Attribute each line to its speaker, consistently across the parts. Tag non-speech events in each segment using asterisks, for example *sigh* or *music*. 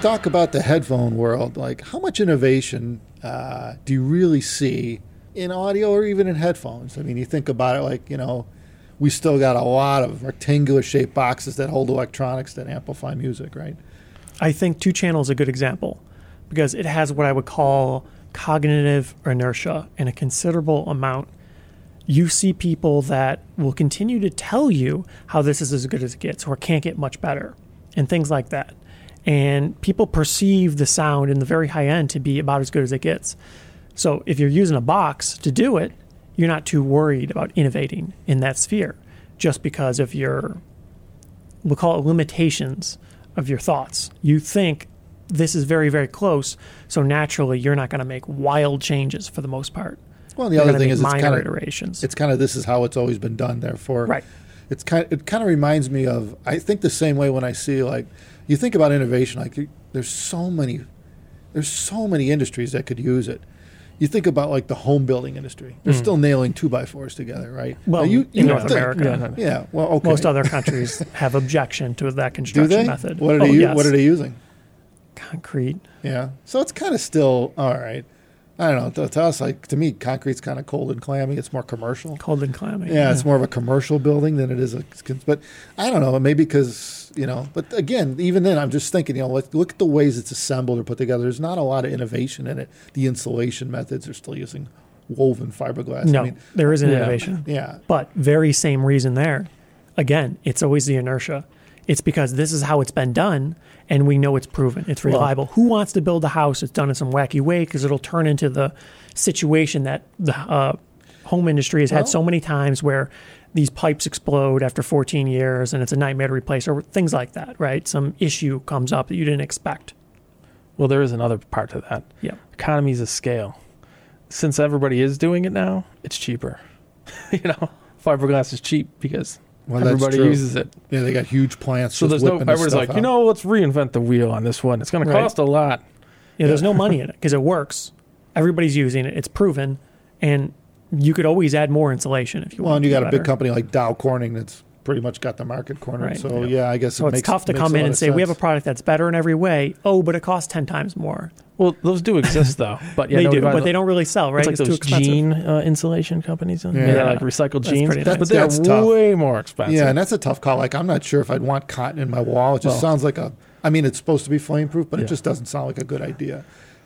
Speaker 1: talk about the headphone world, like how much innovation uh, do you really see in audio or even in headphones? I mean, you think about it, like you know, we still got a lot of rectangular shaped boxes that hold electronics that amplify music, right?
Speaker 2: I think two channel is a good example because it has what I would call cognitive inertia and a considerable amount. You see people that will continue to tell you how this is as good as it gets or can't get much better and things like that. And people perceive the sound in the very high end to be about as good as it gets. So if you're using a box to do it, you're not too worried about innovating in that sphere just because of your, we'll call it limitations of your thoughts. You think this is very, very close. So naturally, you're not going to make wild changes for the most part.
Speaker 1: Well, the
Speaker 2: You're
Speaker 1: other
Speaker 2: gonna
Speaker 1: thing
Speaker 2: make
Speaker 1: is it's
Speaker 2: minor
Speaker 1: kind of
Speaker 2: iterations.
Speaker 1: It's kind of this is how it's always been done. Therefore,
Speaker 2: Right.
Speaker 1: It's kind. It kind of reminds me of. I think the same way when I see like, you think about innovation. Like, you- there's so many, there's so many industries that could use it. You think about like the home building industry. They're still nailing two by fours together, right?
Speaker 2: Mm-hmm. Well,
Speaker 1: Now,
Speaker 2: in North
Speaker 1: think-
Speaker 2: America. Yeah, no, no.
Speaker 1: yeah. Well, okay.
Speaker 2: Most
Speaker 1: *laughs*
Speaker 2: other countries have objection to that
Speaker 1: do
Speaker 2: construction
Speaker 1: they?
Speaker 2: method.
Speaker 1: What are
Speaker 2: Oh,
Speaker 1: they? u-
Speaker 2: yes.
Speaker 1: What are they using?
Speaker 2: Concrete.
Speaker 1: Yeah. So it's kind of still all right. I don't know. To, to us, like to me, concrete's kind of cold and clammy. It's more commercial.
Speaker 2: Cold and clammy.
Speaker 1: Yeah, it's more of a commercial building than it is a. But I don't know. Maybe because you know. But again, even then, I'm just thinking. You know, look, look at the ways it's assembled or put together. There's not a lot of innovation in it. The insulation methods are still using woven fiberglass.
Speaker 2: No,
Speaker 1: I mean,
Speaker 2: there is an
Speaker 1: yeah,
Speaker 2: innovation.
Speaker 1: Yeah.
Speaker 2: But very same reason there. Again, it's always the inertia. It's because this is how it's been done, and we know it's proven. It's reliable. Who wants to build a house that's done in some wacky way because it'll turn into the situation that the uh, home industry has had so many times where these pipes explode after 14 years and it's a nightmare to replace or things like that, right? Some issue comes up that you didn't expect.
Speaker 3: Well, there is another part to that.
Speaker 2: Yeah.
Speaker 3: Economies of scale. Since everybody is doing it now, it's cheaper. *laughs* you know, fiberglass is cheap because
Speaker 1: Well, that's
Speaker 3: everybody
Speaker 1: true.
Speaker 3: uses it.
Speaker 1: Yeah, they got huge plants.
Speaker 3: So
Speaker 1: just
Speaker 3: there's no
Speaker 1: whipping this
Speaker 3: everybody's
Speaker 1: stuff
Speaker 3: like, you
Speaker 1: out.
Speaker 3: know, let's reinvent the wheel on this one. It's going
Speaker 2: Right.
Speaker 3: to cost a lot.
Speaker 2: Yeah, there's no money in it because it works. Everybody's using it. It's proven, and you could always add more insulation if you
Speaker 1: Well, and
Speaker 2: want.
Speaker 1: you
Speaker 2: to do
Speaker 1: got a big
Speaker 2: better.
Speaker 1: company like Dow Corning that's pretty much got the market cornered.
Speaker 2: Right.
Speaker 1: So yeah. I guess
Speaker 2: So
Speaker 1: it
Speaker 2: it's
Speaker 1: makes,
Speaker 2: tough to
Speaker 1: makes
Speaker 2: come
Speaker 1: a
Speaker 2: in
Speaker 1: lot
Speaker 2: and
Speaker 1: of
Speaker 2: say we have a
Speaker 1: sense.
Speaker 2: product that's better in every way. Oh, but it costs ten times more.
Speaker 3: Well, those do exist though, but yeah,
Speaker 2: they
Speaker 3: nobody
Speaker 2: do,
Speaker 3: buys
Speaker 2: but
Speaker 3: them.
Speaker 2: they don't really sell, right?
Speaker 3: It's like
Speaker 2: It's,
Speaker 3: those
Speaker 2: too expensive.
Speaker 3: jean uh, insulation companies. Yeah,
Speaker 1: Yeah.
Speaker 3: yeah. like recycled
Speaker 2: That's
Speaker 3: jeans,
Speaker 2: pretty nice.
Speaker 3: but they're
Speaker 1: That's tough.
Speaker 3: way more expensive.
Speaker 1: Yeah, and that's a tough call. Like, I'm not sure if I'd want cotton in my wall. It just
Speaker 3: Well-
Speaker 1: sounds like a. I mean, it's supposed to be flame proof, but it
Speaker 3: Yeah.
Speaker 1: just doesn't sound like a good idea.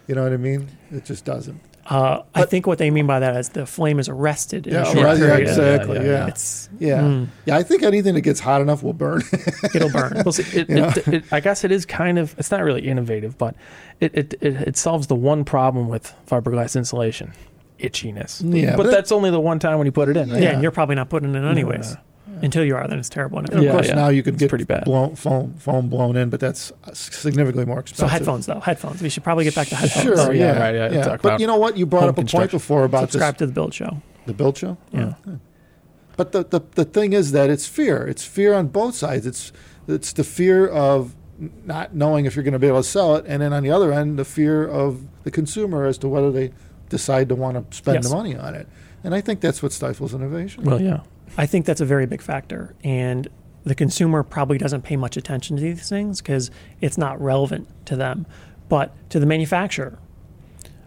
Speaker 1: You know what I mean? It just doesn't.
Speaker 2: Uh, I think what they mean by that is the flame is arrested in
Speaker 1: Yeah,
Speaker 2: a short
Speaker 1: right, yeah,
Speaker 2: period.
Speaker 1: exactly. Yeah,
Speaker 3: yeah,
Speaker 1: yeah.
Speaker 3: yeah.
Speaker 2: It's
Speaker 3: Hmm.
Speaker 2: mm,
Speaker 1: yeah. I think anything that gets hot enough will burn. *laughs*
Speaker 2: it'll burn.
Speaker 3: Well, see, it, it, it, I guess it is kind of. It's not really innovative, but it it, it it solves the one problem with fiberglass insulation, itchiness.
Speaker 1: Yeah,
Speaker 3: but,
Speaker 1: but-
Speaker 3: that's only the one time when you put it in. Right?
Speaker 2: yeah, and you're probably not putting it in anyways. Until you are, then it's terrible. And it
Speaker 1: of
Speaker 3: Yeah,
Speaker 1: course,
Speaker 3: yeah.
Speaker 1: now you can
Speaker 3: It's
Speaker 1: get
Speaker 3: pretty bad.
Speaker 1: Blown, foam foam blown in, but that's significantly more
Speaker 2: So
Speaker 1: expensive.
Speaker 2: headphones, though headphones. We should probably get back to headphones.
Speaker 1: Sure,
Speaker 3: Oh,
Speaker 1: yeah,
Speaker 3: yeah, right, yeah, talk
Speaker 1: But
Speaker 3: about
Speaker 1: you know what? You brought
Speaker 3: home
Speaker 1: up a point
Speaker 3: construction.
Speaker 1: before about this,
Speaker 2: Subscribe to the build show.
Speaker 1: the build show. Oh,
Speaker 2: Yeah.
Speaker 1: But the, the, the thing is that it's fear. It's fear on both sides. It's it's the fear of n- not knowing if you're going to be able to sell it, and then on the other end, the fear of the consumer as to whether they decide to want to spend
Speaker 2: Yes.
Speaker 1: the money on it. And I think that's what stifles innovation.
Speaker 3: Well, yeah.
Speaker 2: I think that's a very big factor. And the consumer probably doesn't pay much attention to these things because it's not relevant to them. But to the manufacturer,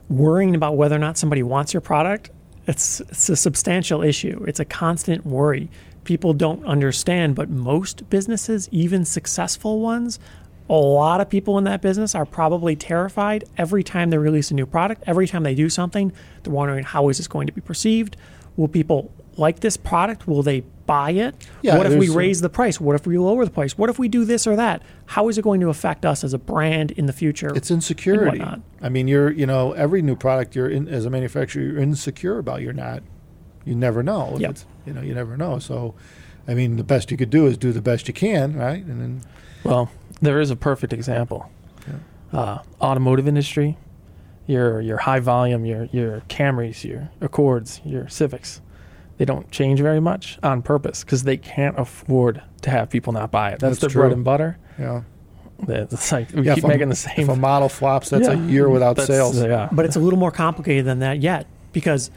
Speaker 2: worrying about whether or not somebody wants your product, it's, it's a substantial issue. It's a constant worry. People don't understand, but most businesses, even successful ones, a lot of people in that business are probably terrified every time they release a new product, every time they do something, they're wondering how is this going to be perceived? Will people like this product? Will they buy it?
Speaker 1: Yeah,
Speaker 2: what if we
Speaker 1: there's a-
Speaker 2: raise the price? What if we lower the price? What if we do this or that? How is it going to affect us as a brand in the future?
Speaker 1: It's insecurity.
Speaker 2: whatnot.
Speaker 1: I mean, you're you know every new product you're in as a manufacturer you're insecure about. You're not. You never know. If
Speaker 2: Yep.
Speaker 1: it's- You know you never know. So, I mean, the best you could do is do the best you can, right? And then
Speaker 3: Well, there is a perfect example. Uh, automotive industry, your your high volume, your your Camrys, your Accords, your Civics, they don't change very much on purpose because they can't afford to have people not buy it. That's,
Speaker 1: That's
Speaker 3: their
Speaker 1: true.
Speaker 3: bread and butter.
Speaker 1: you know.
Speaker 3: It's like we
Speaker 1: Yeah, if
Speaker 3: keep
Speaker 1: a-
Speaker 3: making the
Speaker 1: If
Speaker 3: same.
Speaker 1: a model flops, that's a
Speaker 3: Yeah.
Speaker 1: year without
Speaker 3: That's-
Speaker 1: sales.
Speaker 3: Yeah.
Speaker 2: but it's a little more complicated than that yet because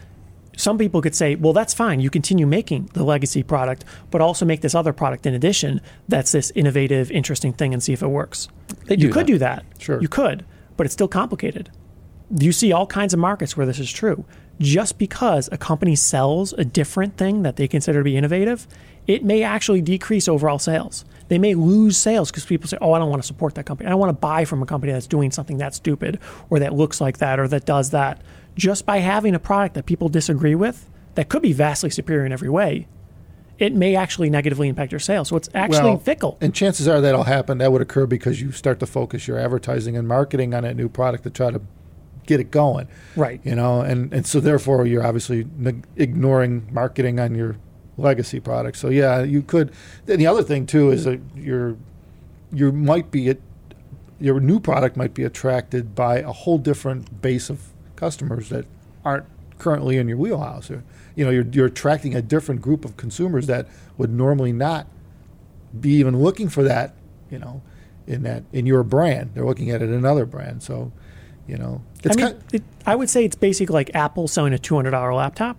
Speaker 2: some people could say, well, that's fine. You continue making the legacy product, but also make this other product in addition that's this innovative, interesting thing and see if it works.
Speaker 3: They do
Speaker 2: you could
Speaker 3: that.
Speaker 2: do that.
Speaker 1: Sure.
Speaker 2: You could, but it's still complicated. You see all kinds of markets where this is true. Just because a company sells a different thing that they consider to be innovative, it may actually decrease overall sales. They may lose sales because people say, oh, I don't want to support that company. I don't want to buy from a company that's doing something that's stupid or that looks like that or that does that. Just by having a product that people disagree with that could be vastly superior in every way, it may actually negatively impact your sales. So it's actually fickle.
Speaker 1: And chances are that'll happen. That would occur because you start to focus your advertising and marketing on that new product to try to get it going.
Speaker 2: Right.
Speaker 1: You know, and, and so therefore you're obviously neg- ignoring marketing on your legacy product. So yeah, you could. Then the other thing too is that you're you might be at, your new product might be attracted by a whole different base of customers that aren't currently in your wheelhouse. Or, you know, you're, you're attracting a different group of consumers that would normally not be even looking for that, you know, in that in your brand. They're looking at it in another brand. So, you know, it's
Speaker 2: I mean,
Speaker 1: kind
Speaker 2: it, I would say it's basically like Apple selling a two hundred dollar laptop.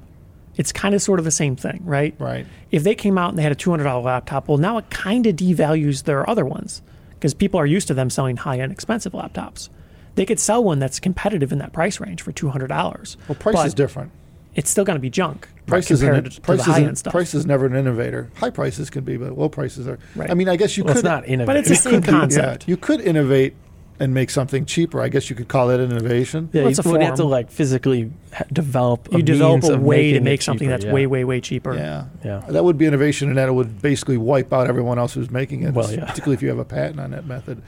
Speaker 2: It's kind of sort of the same thing, right?
Speaker 1: right.
Speaker 2: If they came out and they had a two hundred dollar laptop, well, now it kind of devalues their other ones because people are used to them selling high end expensive laptops. They could sell one that's competitive in that price range for two hundred dollars.
Speaker 1: Well, price is different.
Speaker 2: It's still going to be junk
Speaker 1: Price is
Speaker 2: compared to,
Speaker 1: price
Speaker 2: the
Speaker 1: is
Speaker 2: high end stuff.
Speaker 1: price is never an innovator. High prices can be, but low prices are.
Speaker 2: Right.
Speaker 1: I mean, I guess you
Speaker 3: Well,
Speaker 1: could
Speaker 3: it's not innovative.
Speaker 2: but it's the
Speaker 3: It
Speaker 2: same
Speaker 3: could be-
Speaker 2: concept.
Speaker 1: *laughs* Yeah, you could innovate and make something cheaper. I guess you could call that an innovation.
Speaker 3: Yeah,
Speaker 2: Well, it's
Speaker 3: you
Speaker 2: a
Speaker 3: would have to
Speaker 2: form.
Speaker 3: like physically ha- develop. A
Speaker 2: You develop
Speaker 3: means
Speaker 2: a
Speaker 3: of
Speaker 2: way to
Speaker 3: making it
Speaker 2: make something
Speaker 3: cheaper,
Speaker 2: that's
Speaker 3: yeah.
Speaker 2: way, way, way cheaper.
Speaker 1: Yeah.
Speaker 3: Yeah.
Speaker 1: That would be innovation in that it would basically wipe out everyone else who's making it,
Speaker 3: Well, yeah.
Speaker 1: particularly if you have a patent on that method.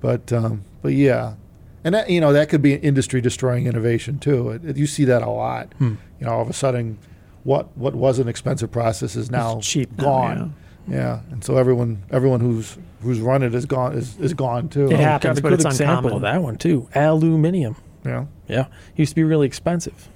Speaker 1: But um, but yeah. And that you know that could be industry destroying innovation too. It, it- you see that a lot. You know, all of a sudden what what was an expensive process is now
Speaker 2: cheap now,
Speaker 1: gone. yeah. And so everyone everyone who's who's run it is gone is, is gone too.
Speaker 2: It
Speaker 3: Got
Speaker 2: happens,
Speaker 3: Oh, a
Speaker 2: but
Speaker 3: good
Speaker 2: it's
Speaker 3: example
Speaker 2: uncommon.
Speaker 3: of that one too. Aluminium.
Speaker 1: Yeah.
Speaker 3: Yeah, used to be really expensive,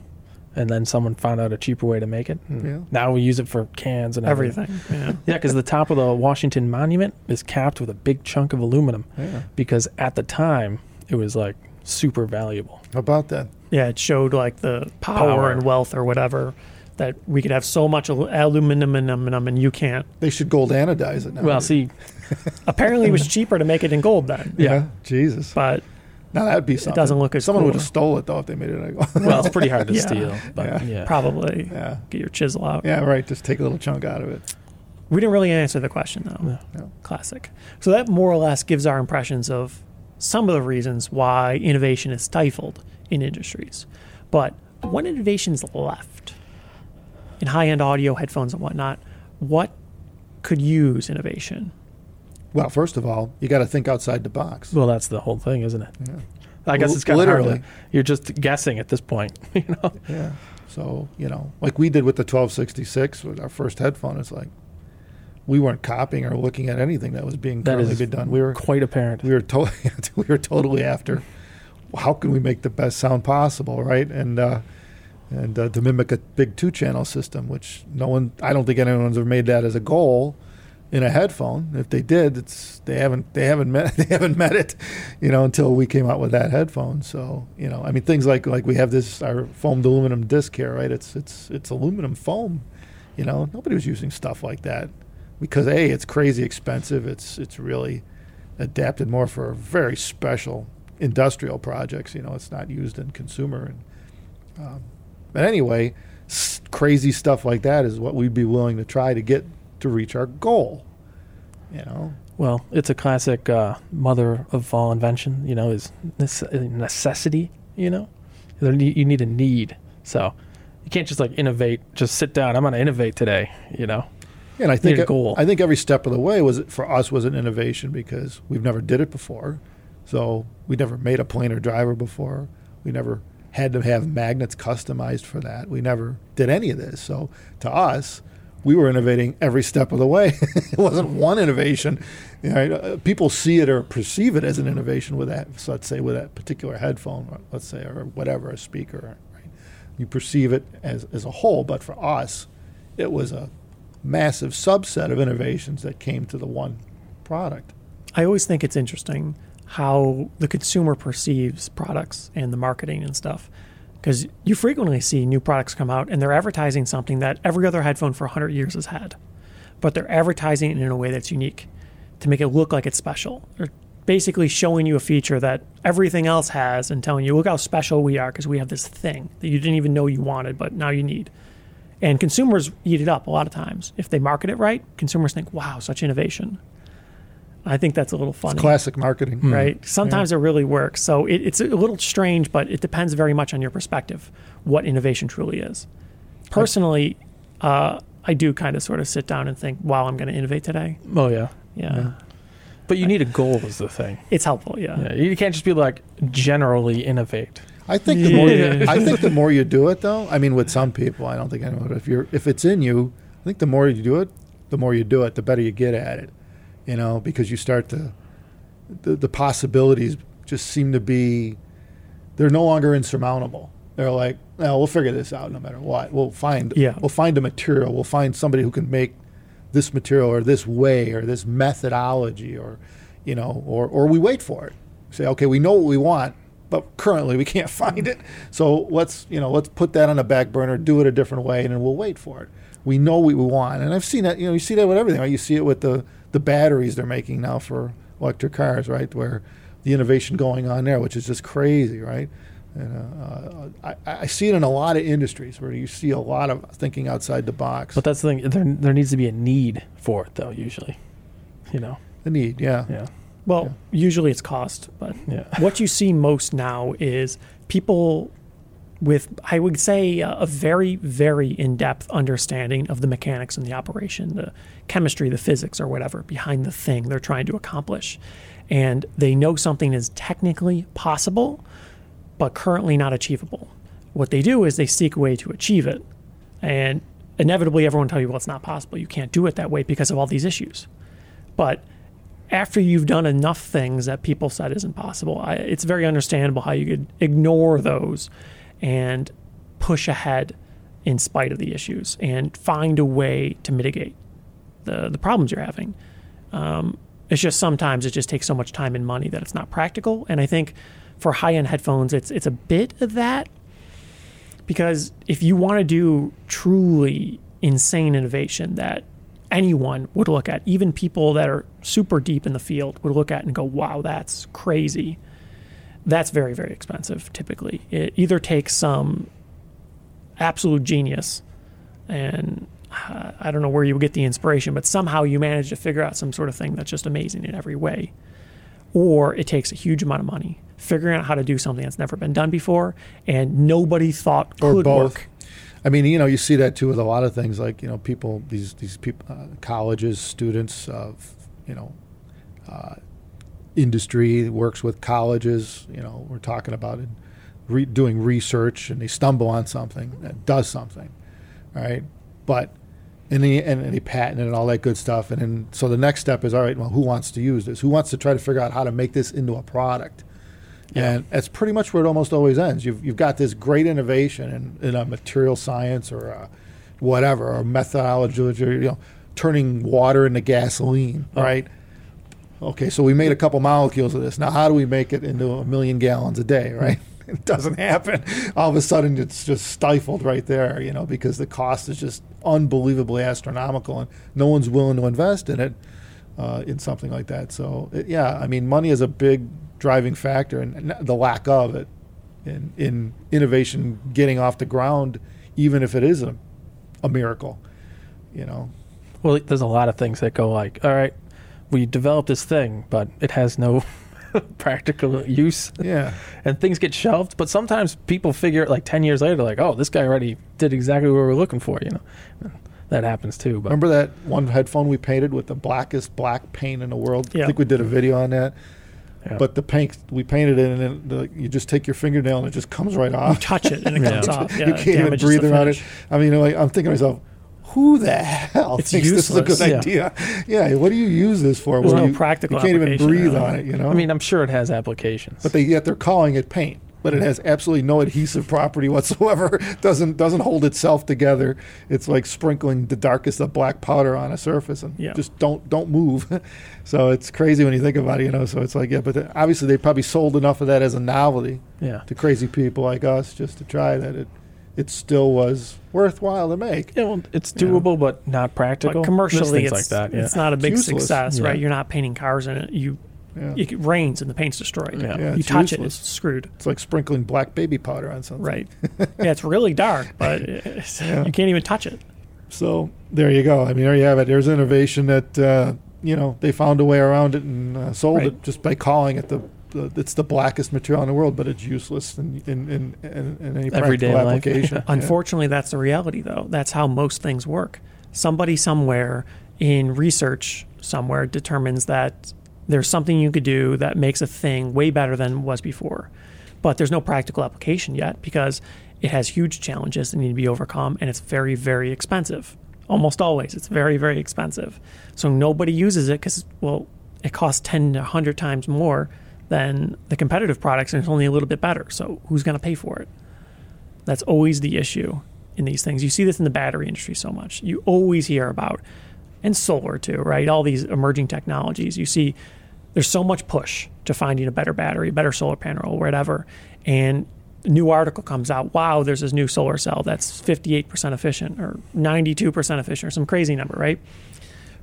Speaker 3: and then someone found out a cheaper way to make it. and
Speaker 1: Yeah.
Speaker 3: Now we use it for cans and everything.
Speaker 2: Everything. Yeah.
Speaker 3: Yeah, because the top of the Washington Monument is capped with a big chunk of aluminum
Speaker 1: Yeah.
Speaker 3: because at the time it was like super valuable.
Speaker 1: How about that?
Speaker 2: Yeah, it showed like the power,
Speaker 3: Power.
Speaker 2: and wealth or whatever that we could have so much al- aluminum and aluminum and you can't.
Speaker 1: They should gold anodize it now.
Speaker 3: Well, see,
Speaker 2: Apparently,
Speaker 1: *laughs*
Speaker 2: it was cheaper to make it in gold then,
Speaker 1: yeah. Jesus.
Speaker 2: but
Speaker 1: Now that'd be something.
Speaker 2: doesn't look as
Speaker 1: Someone
Speaker 2: cool.
Speaker 1: would have stole it though if they made it. Like,
Speaker 3: well, it's pretty hard
Speaker 2: *laughs*
Speaker 3: to
Speaker 2: Yeah.
Speaker 3: steal, but yeah.
Speaker 2: probably
Speaker 1: *laughs* yeah,
Speaker 2: get your chisel out.
Speaker 1: yeah, right. Just take a little chunk out of it.
Speaker 2: We didn't really answer the question though.
Speaker 1: No.
Speaker 2: Classic. So that more or less gives our impressions of some of the reasons why innovation is stifled in industries. But what innovations left in high-end audio headphones and whatnot? What could use innovation?
Speaker 1: Well, first of all, you got to think outside the box.
Speaker 3: Well, that's the whole thing, isn't it?
Speaker 1: Yeah.
Speaker 3: I guess
Speaker 1: Well,
Speaker 3: it's kind of hard.
Speaker 1: literally.
Speaker 3: to- You're just guessing at this point, *laughs* you know.
Speaker 1: Yeah. So you know, like we did with the 1266 with our first headphone, it's like we weren't copying or looking at anything that was being
Speaker 3: That
Speaker 1: currently
Speaker 3: is
Speaker 1: being done. We were
Speaker 3: Quite apparent.
Speaker 1: we were *laughs* totally we were totally after how can we make the best sound possible, right? And uh, and uh, to mimic a big two channel system, which no one I don't think anyone's ever made that as a goal in a headphone. If they did, it's they haven't they haven't met *laughs* they haven't met it, you know, until we came out with that headphone. So you know, I mean, things like like we have this our foamed aluminum disc here, right? It's it's it's aluminum foam. You know, nobody was using stuff like that because a it's crazy expensive. It's it's really adapted more for very special industrial projects. You know, it's not used in consumer. And, um, but anyway, s- crazy stuff like that is what we'd be willing to try to get to reach our goal. You know,
Speaker 3: Well, it's a classic uh, mother of all invention, you know, is nece- necessity, you know? There ne- You need a need. So you can't just like innovate, just sit down. I'm going to innovate today, you know?
Speaker 1: and I think e-,
Speaker 3: Need a goal.
Speaker 1: I think every step of the way was for us was an innovation because we've never did it before, so we never made a planer driver before. We never had to have magnets customized for that. We never did any of this. So to us, we were innovating every step of the way. *laughs* it wasn't one innovation. You know, uh, people see it or perceive it as an innovation with that. So let's say with that particular headphone, or let's say, or whatever, a speaker. Right? You perceive it as as a whole, but for us, it was a massive subset of innovations that came to the one product.
Speaker 2: I always think it's interesting how the consumer perceives products and the marketing and stuff. Because you frequently see new products come out and they're advertising something that every other headphone for 100 years has had, but they're advertising it in a way that's unique to make it look like it's special. They're basically showing you a feature that everything else has and telling you, look how special we are because we have this thing that you didn't even know you wanted, but now you need. And consumers eat it up a lot of times. If they market it right, consumers think, wow, such innovation. I think that's a little funny.
Speaker 1: Classic marketing.
Speaker 2: Right. Sometimes it really works. So it, it's a little strange, but it depends very much on your perspective what innovation truly is. Personally, uh, I do kind of sort of sit down and think, wow, I'm going to innovate today.
Speaker 3: Oh yeah,
Speaker 2: Yeah.
Speaker 3: but you need a goal is the thing.
Speaker 2: It's helpful. Yeah.
Speaker 3: Yeah, you can't just be like generally innovate.
Speaker 1: I think the more
Speaker 2: Yeah.
Speaker 1: you, I think the
Speaker 2: *laughs*
Speaker 1: more you do it though. I mean, with some people, I don't think anyone. But if you're if it's in you, I think the more you do it, the more you do it, the better you get at it. You know, because you start to the, the possibilities just seem to be they're no longer insurmountable. They're like, no, we'll figure this out no matter what. We'll find
Speaker 2: Yeah.
Speaker 1: we'll find a material. We'll find somebody who can make this material or this way or this methodology or you know or or we wait for it. Say, okay, we know what we want, but currently we can't *laughs* find it. So let's you know let's put that on the back burner, do it a different way, and then we'll wait for it. We know what we want, and I've seen that. You know, you see that with everything. Right? You see it with the the batteries they're making now for electric cars, right? Where the innovation going on there, which is just crazy, right? And uh, uh, I, I see it in a lot of industries where you see a lot of thinking outside the box.
Speaker 3: But that's the thing. There, there needs to be a need for it though. Usually, you know.
Speaker 1: the need, yeah.
Speaker 3: Yeah.
Speaker 2: Well, usually it's cost, but
Speaker 3: Yeah. *laughs*
Speaker 2: what you see most now is people with, I would say, uh, a very, very in depth understanding of the mechanics and the operation, the chemistry, the physics, or whatever behind the thing they're trying to accomplish. And they know something is technically possible, but currently not achievable. What they do is they seek a way to achieve it. And inevitably, everyone will tell you, well, it's not possible. You can't do it that way because of all these issues. But after you've done enough things that people said is impossible, I, it's very understandable how you could ignore those and push ahead in spite of the issues and find a way to mitigate the, the problems you're having. Um, it's just sometimes it just takes so much time and money that it's not practical. And I think for high end headphones, it's it's a bit of that because if you want to do truly insane innovation that anyone would look at, even people that are super deep in the field would look at and go, wow, that's crazy. That's very, very expensive typically. It either takes some absolute genius and uh, I don't know where you would get the inspiration, but somehow you manage to figure out some sort of thing that's just amazing in every way or it takes a huge amount of money figuring out how to do something that's never been done before and nobody thought
Speaker 1: or
Speaker 2: could
Speaker 1: both.
Speaker 2: work.
Speaker 1: I mean, you know, you see that too with a lot of things, like you know, people, these these people, uh, colleges, students, of you know, uh, industry works with colleges. You know, we're talking about it, re- doing research, and they stumble on something that does something, all right? But and they and they patent it and all that good stuff, and then so the next step is all right. Well, who wants to use this? Who wants to try to figure out how to make this into a product? And that's pretty much where it almost always ends. You've, you've got this great innovation in, in a material science or a whatever, or methodology, or, you know, turning water into gasoline, right? Okay, so we made a couple molecules of this. Now, how do we make it into a million gallons a day, right? *laughs* It doesn't happen. All of a sudden, it's just stifled right there, you know, because the cost is just unbelievably astronomical and no one's willing to invest in it uh, in something like that. So it, yeah, I mean, money is a big driving factor, and n- the lack of it in in innovation getting off the ground, even if it is a, a miracle, you know.
Speaker 3: Well, there's a lot of things that go like, all right, we developed this thing, but it has no *laughs* practical use,
Speaker 1: Yeah,
Speaker 3: and things get shelved. But sometimes people figure it like ten years later, like, oh, this guy already did exactly what we were looking for. You know, that happens too. But
Speaker 1: remember that one headphone we painted with the blackest black paint in the world?
Speaker 2: Yeah.
Speaker 1: I think we did a video on that.
Speaker 3: Yeah.
Speaker 1: But the paint we painted it, and then the, you just take your fingernail and it just comes right off.
Speaker 2: Touch
Speaker 1: *laughs*
Speaker 2: it and it comes off. *laughs* Yeah,
Speaker 1: you can't even
Speaker 2: damages the
Speaker 1: breathe around it.
Speaker 2: finish.
Speaker 1: I mean, like, I'm thinking to myself, who the hell
Speaker 2: It's
Speaker 1: thinks this
Speaker 2: useless,
Speaker 1: is a good
Speaker 3: yeah.
Speaker 1: idea? Yeah, what do you use this for?
Speaker 2: There's
Speaker 1: Well,
Speaker 2: no
Speaker 1: you,
Speaker 2: practical
Speaker 1: You can't even
Speaker 2: application,
Speaker 1: breathe
Speaker 2: yeah.
Speaker 1: on it. You know,
Speaker 3: I mean, I'm sure it has applications.
Speaker 1: but they yet they're calling it paint, but it has absolutely no adhesive property whatsoever. *laughs* doesn't doesn't hold itself together. It's like sprinkling the darkest of black powder on a surface, and
Speaker 2: Yeah.
Speaker 1: just don't don't move. *laughs* so it's crazy when you think about it. You know, so it's like yeah, but the, obviously they probably sold enough of that as a novelty
Speaker 3: yeah.
Speaker 1: to crazy people like us just to try that it it still was worthwhile to make.
Speaker 3: Yeah, well, it's doable, but not practical.
Speaker 2: But
Speaker 3: There's
Speaker 2: commercially,
Speaker 3: things
Speaker 2: it's,
Speaker 3: like that. Yeah.
Speaker 2: it's not a big
Speaker 1: useless.
Speaker 2: success,
Speaker 3: Yeah.
Speaker 2: right? You're not painting cars in it. You
Speaker 1: Yeah.
Speaker 2: It rains and the paint's destroyed.
Speaker 3: Yeah.
Speaker 1: Yeah,
Speaker 2: you
Speaker 1: it's
Speaker 2: touch
Speaker 1: useless.
Speaker 2: it, it's screwed.
Speaker 1: It's like sprinkling black baby powder on something.
Speaker 2: Right. yeah, it's really dark, but it's, you can't even touch it.
Speaker 1: So there you go. I mean, there you have it. There's innovation that uh, you know they found a way around it and uh, sold
Speaker 2: Right.
Speaker 1: it just by calling it the, the it's the blackest material in the world, but it's useless in in in, in, in any
Speaker 3: Everyday
Speaker 1: practical
Speaker 3: life.
Speaker 2: *laughs*
Speaker 1: application. Yeah.
Speaker 2: Unfortunately, that's the reality, though. That's how most things work. Somebody somewhere in research somewhere determines that there's something you could do that makes a thing way better than it was before. But there's no practical application yet because it has huge challenges that need to be overcome and it's very, very expensive. Almost always, it's very, very expensive. So nobody uses it because, well, it costs 10 to 100 times more than the competitive products and it's only a little bit better. So who's going to pay for it? That's always the issue in these things. You see this in the battery industry so much. You always hear about, and solar too, right? All these emerging technologies. You see, there's so much push to finding a better battery, better solar panel, or whatever. And a new article comes out. Wow, there's this new solar cell that's 58% efficient or 92% efficient or some crazy number, right?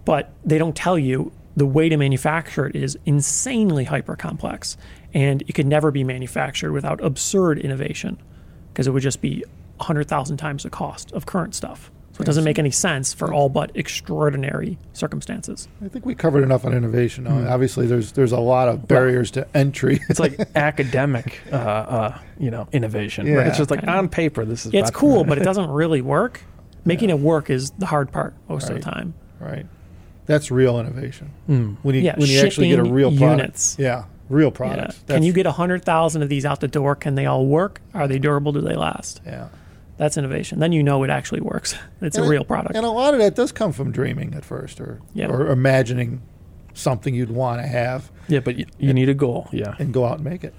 Speaker 2: but they don't tell you the way to manufacture it is insanely hyper complex and it could never be manufactured without absurd innovation because it would just be 100,000 times the cost of current stuff. So it doesn't make any sense for all but extraordinary circumstances.
Speaker 1: I think we covered enough on innovation. Now.
Speaker 2: Hmm.
Speaker 1: Obviously, there's there's a lot of barriers to entry.
Speaker 3: *laughs* It's like academic, uh, uh, you know, innovation. right?
Speaker 1: Yeah.
Speaker 3: It's just like on paper, this is.
Speaker 2: Yeah, it's
Speaker 3: better.
Speaker 2: cool, but it doesn't really
Speaker 1: *laughs*
Speaker 2: work. Making it work is the hard part most of
Speaker 1: Right.
Speaker 2: the time.
Speaker 1: *laughs* right. That's real innovation. When you
Speaker 2: Hmm. Yeah,
Speaker 1: when you actually get a
Speaker 2: shipping
Speaker 1: real product.
Speaker 2: units.
Speaker 1: Yeah, real
Speaker 2: Yeah.
Speaker 1: products.
Speaker 2: Can
Speaker 1: That's-
Speaker 2: you get 100,000 of these out the door? Can they all work? Are they durable? Do they last?
Speaker 1: Yeah.
Speaker 2: That's innovation. Then you know it actually works. *laughs* It's a
Speaker 1: And-
Speaker 2: real product.
Speaker 1: And a lot of that does come from dreaming at first, or
Speaker 2: Yeah.
Speaker 1: or imagining something you'd want to have
Speaker 3: Yeah, but you, you need a goal. Yeah.
Speaker 1: and go out and make it.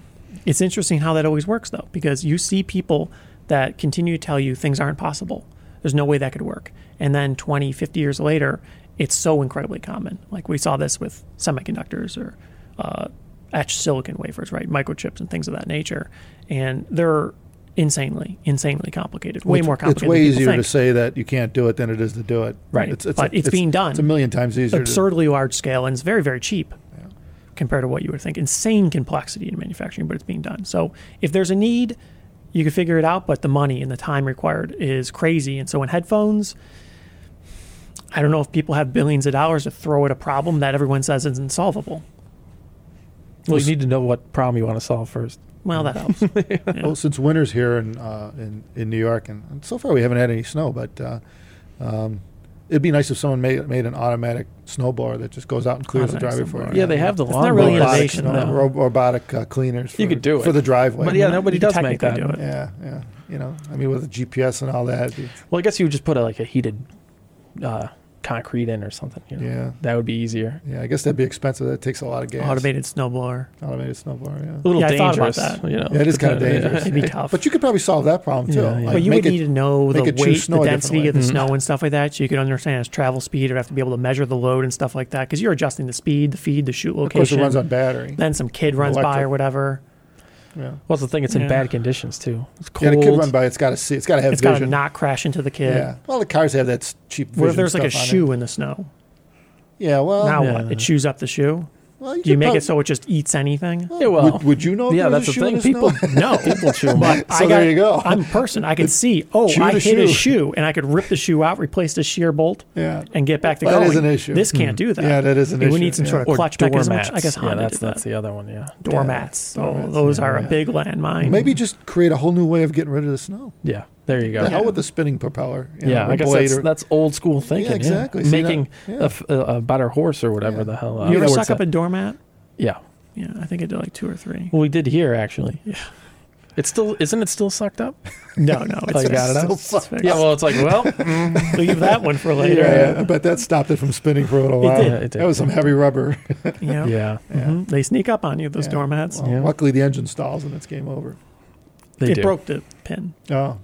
Speaker 2: It's interesting how that always works, though, because you see people that continue to tell you things aren't possible. There's no way that could work. And then 20, 50 years later, it's so incredibly common. Like we saw this with semiconductors or uh, etched silicon wafers, right? Microchips and things of that nature. And they're insanely, insanely complicated. Way
Speaker 1: It's-
Speaker 2: more
Speaker 1: It's
Speaker 2: complicated.
Speaker 1: way
Speaker 2: than people
Speaker 1: easier to
Speaker 2: think.
Speaker 1: say that you can't do it than it is to do it.
Speaker 2: Right. But it's being done.
Speaker 1: It's a million times easier.
Speaker 2: absurdly large scale and it's very very cheap compared to what you would think insane complexity in manufacturing but it's being done so if there's a need you can figure it out but the money and the time required is crazy and so in headphones i don't know if people have billions of dollars to throw at a problem that everyone says is insolvable
Speaker 3: Well, you need to know what problem you want to solve first.
Speaker 2: well that
Speaker 3: *laughs*
Speaker 2: helps
Speaker 1: To, well, *laughs* since winter's here in uh, in in New York, and, and so far we haven't had any snow, but. Uh, um, It'd be nice if someone made made an automatic snowblower that just goes out and clears the
Speaker 2: Automatic
Speaker 1: driveway for
Speaker 2: snowblower.
Speaker 1: you.
Speaker 3: Yeah, they have the lawn.
Speaker 2: not really
Speaker 3: mowers.
Speaker 1: robotic,
Speaker 2: innovation,
Speaker 1: snow-
Speaker 2: though.
Speaker 1: ro- robotic uh, cleaners. For,
Speaker 3: You could do it.
Speaker 1: for the driveway.
Speaker 3: But yeah, nobody
Speaker 2: You can
Speaker 3: does make that.
Speaker 2: technically do it.
Speaker 1: yeah, yeah. You know, I mean, with the GPS and all that, it-
Speaker 3: Well, I guess you would just put a, like a heated uh, concrete in or something. You know?
Speaker 1: Yeah.
Speaker 3: That would be easier.
Speaker 1: yeah, I guess that'd be expensive. That takes a lot of gas.
Speaker 2: automated snowblower
Speaker 1: Automated snowblower, yeah.
Speaker 3: A little
Speaker 2: Yeah, I thought about
Speaker 3: dangerous.
Speaker 2: that.
Speaker 3: You know, *laughs*
Speaker 1: Yeah, it is kind of
Speaker 3: Yeah.
Speaker 1: dangerous.
Speaker 2: *laughs* It'd be tough.
Speaker 1: But you could probably solve that problem too.
Speaker 3: Yeah, yeah.
Speaker 1: Like,
Speaker 2: but you
Speaker 1: make
Speaker 2: would
Speaker 1: it-
Speaker 2: need to know the
Speaker 1: make it choose
Speaker 2: weight,
Speaker 1: snow
Speaker 2: the
Speaker 1: a different
Speaker 2: density
Speaker 1: way.
Speaker 2: of the
Speaker 3: Mm-hmm.
Speaker 2: snow and stuff like that, so you could understand its travel speed, or have to be able to measure the load and stuff like that, because you're adjusting the speed, the feed, the shoot
Speaker 1: Of course,
Speaker 2: location.
Speaker 1: it runs on battery.
Speaker 2: then some kid runs by
Speaker 1: Electric.
Speaker 2: or whatever.
Speaker 1: Yeah,
Speaker 3: Well, that's the thing. It's in
Speaker 2: Yeah.
Speaker 3: bad conditions too. It's
Speaker 1: yeah
Speaker 3: cold.
Speaker 1: the kid run by. It's got to see. It's got to have
Speaker 2: It's got to
Speaker 1: vision.
Speaker 2: not crash into the kid.
Speaker 1: yeah. Well, the cars have that s- cheap vision.
Speaker 2: What if there's like a
Speaker 1: stuff on it.
Speaker 2: shoe in the snow?
Speaker 1: Yeah. Well,
Speaker 2: Now
Speaker 3: yeah.
Speaker 2: what? It chews up the shoe.
Speaker 1: well,
Speaker 2: Do you
Speaker 1: could
Speaker 2: make
Speaker 1: prob-
Speaker 2: it so it just
Speaker 1: *laughs*
Speaker 2: eats anything?
Speaker 3: Yeah, well,
Speaker 1: would, would you know? If
Speaker 3: yeah,
Speaker 1: there was
Speaker 3: that's
Speaker 1: a
Speaker 3: the
Speaker 1: shoe in
Speaker 3: thing.
Speaker 1: snow?
Speaker 3: people,
Speaker 2: *laughs*
Speaker 3: *laughs* no, people chew 'em up.
Speaker 1: So there you go.
Speaker 2: I'm a person.
Speaker 1: *laughs*
Speaker 2: I can see. Oh,
Speaker 1: Chew
Speaker 2: I
Speaker 1: the
Speaker 2: hit a
Speaker 1: shoe.
Speaker 2: shoe, and I could rip the shoe out, replace the shear bolt,
Speaker 1: Yeah.
Speaker 2: and get back to
Speaker 1: That
Speaker 2: going.
Speaker 1: is an issue.
Speaker 2: This can't do that.
Speaker 1: Yeah, that is an
Speaker 2: We
Speaker 1: issue,
Speaker 2: need some
Speaker 1: yeah.
Speaker 2: sort of
Speaker 3: Hmm. Or
Speaker 2: clutch mechanism. which
Speaker 3: doormats.
Speaker 2: I guess
Speaker 3: yeah,
Speaker 2: Honda
Speaker 3: that's
Speaker 2: did that.
Speaker 3: that's the other one. Yeah,
Speaker 2: doormats. oh,
Speaker 1: doormats,
Speaker 2: those
Speaker 1: yeah,
Speaker 2: are
Speaker 1: yeah.
Speaker 2: a big landmine.
Speaker 1: *laughs* Maybe just create a whole new way of getting rid of the snow.
Speaker 3: yeah. There you go.
Speaker 1: The hell with the spinning propeller? you know,
Speaker 3: Yeah,
Speaker 1: or
Speaker 3: I guess
Speaker 1: blade
Speaker 3: that's,
Speaker 1: *laughs* or-
Speaker 3: that's old school thinking.
Speaker 1: exactly. See,
Speaker 3: Making
Speaker 1: that-
Speaker 3: a f- a, a better horse or whatever
Speaker 1: Yeah.
Speaker 3: the hell. uh,
Speaker 2: you
Speaker 3: I
Speaker 2: ever
Speaker 3: forget
Speaker 2: suck up a
Speaker 3: what's
Speaker 2: doormat?
Speaker 3: that. Yeah.
Speaker 2: Yeah, I think I did like two or three.
Speaker 3: Well, we did here actually. Yeah. It's still isn't it still sucked up?
Speaker 2: No, no,
Speaker 3: Oh, you got it
Speaker 1: still
Speaker 3: out.
Speaker 1: sucked
Speaker 2: fixed.
Speaker 3: Yeah. Well, it's like well, *laughs* mm,
Speaker 2: leave that one for later.
Speaker 1: yeah, yeah, I bet that stopped it from spinning for a little while.
Speaker 3: did. It did.
Speaker 1: That was some heavy rubber.
Speaker 2: You know?
Speaker 3: yeah.
Speaker 2: Mhm. They sneak up on you those
Speaker 1: Yeah.
Speaker 2: doormats.
Speaker 1: Well,
Speaker 3: Yeah.
Speaker 1: Luckily, the engine stalls and it's game over.
Speaker 3: They
Speaker 2: it
Speaker 3: do.
Speaker 2: broke the pin.
Speaker 1: Oh,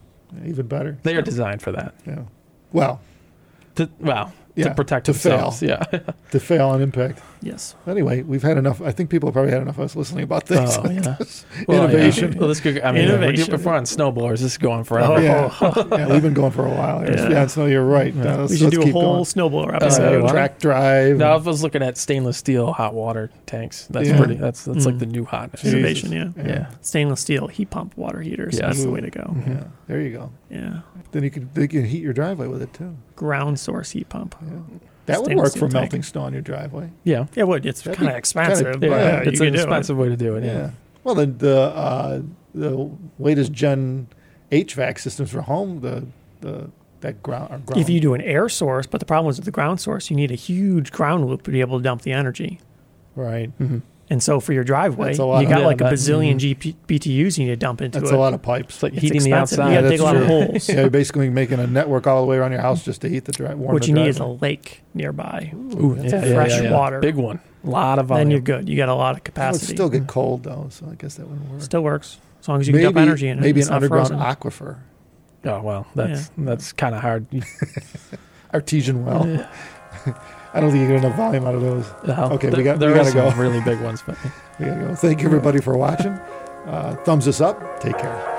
Speaker 1: even better.
Speaker 3: They are designed for that.
Speaker 1: Yeah. Well,
Speaker 3: To, wow.
Speaker 1: Yeah,
Speaker 3: To protect
Speaker 1: to fail.
Speaker 3: themselves. Yeah. *laughs*
Speaker 1: to fail on impact.
Speaker 2: Yes.
Speaker 1: Anyway, we've had enough. I think people have probably had enough of us listening about this.
Speaker 2: *laughs*
Speaker 1: *laughs*
Speaker 3: Oh, yeah. Well,
Speaker 1: Innovation.
Speaker 3: yeah. Well, this could. I mean, we're doing-
Speaker 2: Innovation.
Speaker 3: if we're on snowblowers. This is going forever.
Speaker 2: Oh.
Speaker 1: Yeah. yeah, we've been going for a while. here. Yeah,
Speaker 2: Yeah.
Speaker 1: so you're right. Now let's,
Speaker 2: we should
Speaker 1: let's
Speaker 2: do a
Speaker 1: keep going.
Speaker 2: whole snowblower
Speaker 1: Uh,
Speaker 2: episode.
Speaker 3: what?
Speaker 1: track drive.
Speaker 3: No, I was looking at stainless steel hot water tanks. That's
Speaker 1: Yeah.
Speaker 3: pretty. That's that's like
Speaker 2: Mm.
Speaker 3: the new hotness.
Speaker 1: Jesus.
Speaker 2: Innovation, yeah.
Speaker 3: Yeah.
Speaker 2: Stainless steel heat pump water heaters.
Speaker 3: Yeah.
Speaker 2: That's the
Speaker 1: Ooh.
Speaker 2: way to go.
Speaker 1: Yeah, there you go.
Speaker 2: Yeah.
Speaker 1: Then you could they can heat your driveway with it too.
Speaker 2: Ground source heat pump.
Speaker 1: Yeah. That would
Speaker 2: Stainless
Speaker 1: work
Speaker 2: steel
Speaker 1: for
Speaker 2: tank.
Speaker 1: melting snow on your driveway.
Speaker 3: Yeah.
Speaker 2: Yeah, it would. It's
Speaker 1: That'd
Speaker 2: kind
Speaker 1: be
Speaker 2: of expensive,
Speaker 1: kinda-
Speaker 2: but
Speaker 3: Yeah,
Speaker 1: Yeah,
Speaker 2: you
Speaker 3: it's an
Speaker 2: could do it.
Speaker 3: expensive way to do it.
Speaker 1: Yeah.
Speaker 3: Yeah.
Speaker 1: Well, then the uh, the latest gen HVAC systems for home the the that ground, or ground
Speaker 2: If you do an air source, but the problem is with the ground source, you need a huge ground loop to be able to dump the energy.
Speaker 1: right
Speaker 3: Mm-hmm.
Speaker 2: And so for your driveway,
Speaker 1: That's
Speaker 2: you
Speaker 1: a lot of- mm-hmm.
Speaker 2: got
Speaker 3: Yeah,
Speaker 2: like a
Speaker 3: that-
Speaker 2: bazillion GP, BTUs you need to dump into
Speaker 1: that's
Speaker 2: it.
Speaker 1: a lot of pipes.
Speaker 3: It's like
Speaker 2: It's
Speaker 3: heating
Speaker 2: expensive.
Speaker 3: the
Speaker 2: You
Speaker 3: outside.
Speaker 2: gotta
Speaker 1: that's
Speaker 2: dig a lot of
Speaker 1: true. *laughs*
Speaker 2: holes.
Speaker 1: yeah, you're basically making a network all the way around your house just to heat the drive. Warm
Speaker 2: what
Speaker 1: the
Speaker 2: you need is a
Speaker 1: driveway.
Speaker 2: lake nearby.
Speaker 3: Ooh,
Speaker 1: That's
Speaker 3: yeah,
Speaker 1: a
Speaker 3: yeah,
Speaker 2: fresh
Speaker 3: yeah, yeah.
Speaker 2: water.
Speaker 3: Big one. A lot of volume.
Speaker 2: Then you're good. You got a lot of
Speaker 1: It would
Speaker 2: capacity.
Speaker 1: still get cold though, so I guess that wouldn't work.
Speaker 2: Still works as long as you can dump energy in it.
Speaker 1: maybe
Speaker 2: It's
Speaker 1: an
Speaker 2: not
Speaker 1: underground
Speaker 2: frozen.
Speaker 1: aquifer,
Speaker 3: Oh well, that's that's kind of hard. *laughs* You-
Speaker 1: artesian well.
Speaker 2: *laughs*
Speaker 3: Yeah.
Speaker 1: I don't think you get enough volume out of those.
Speaker 3: well,
Speaker 1: Okay, we
Speaker 3: th-
Speaker 1: got- we
Speaker 3: there are
Speaker 1: gotta go.
Speaker 3: some really big ones, but.
Speaker 1: We gotta go. Thank you everybody for watching. Uh, thumbs us up. Take care.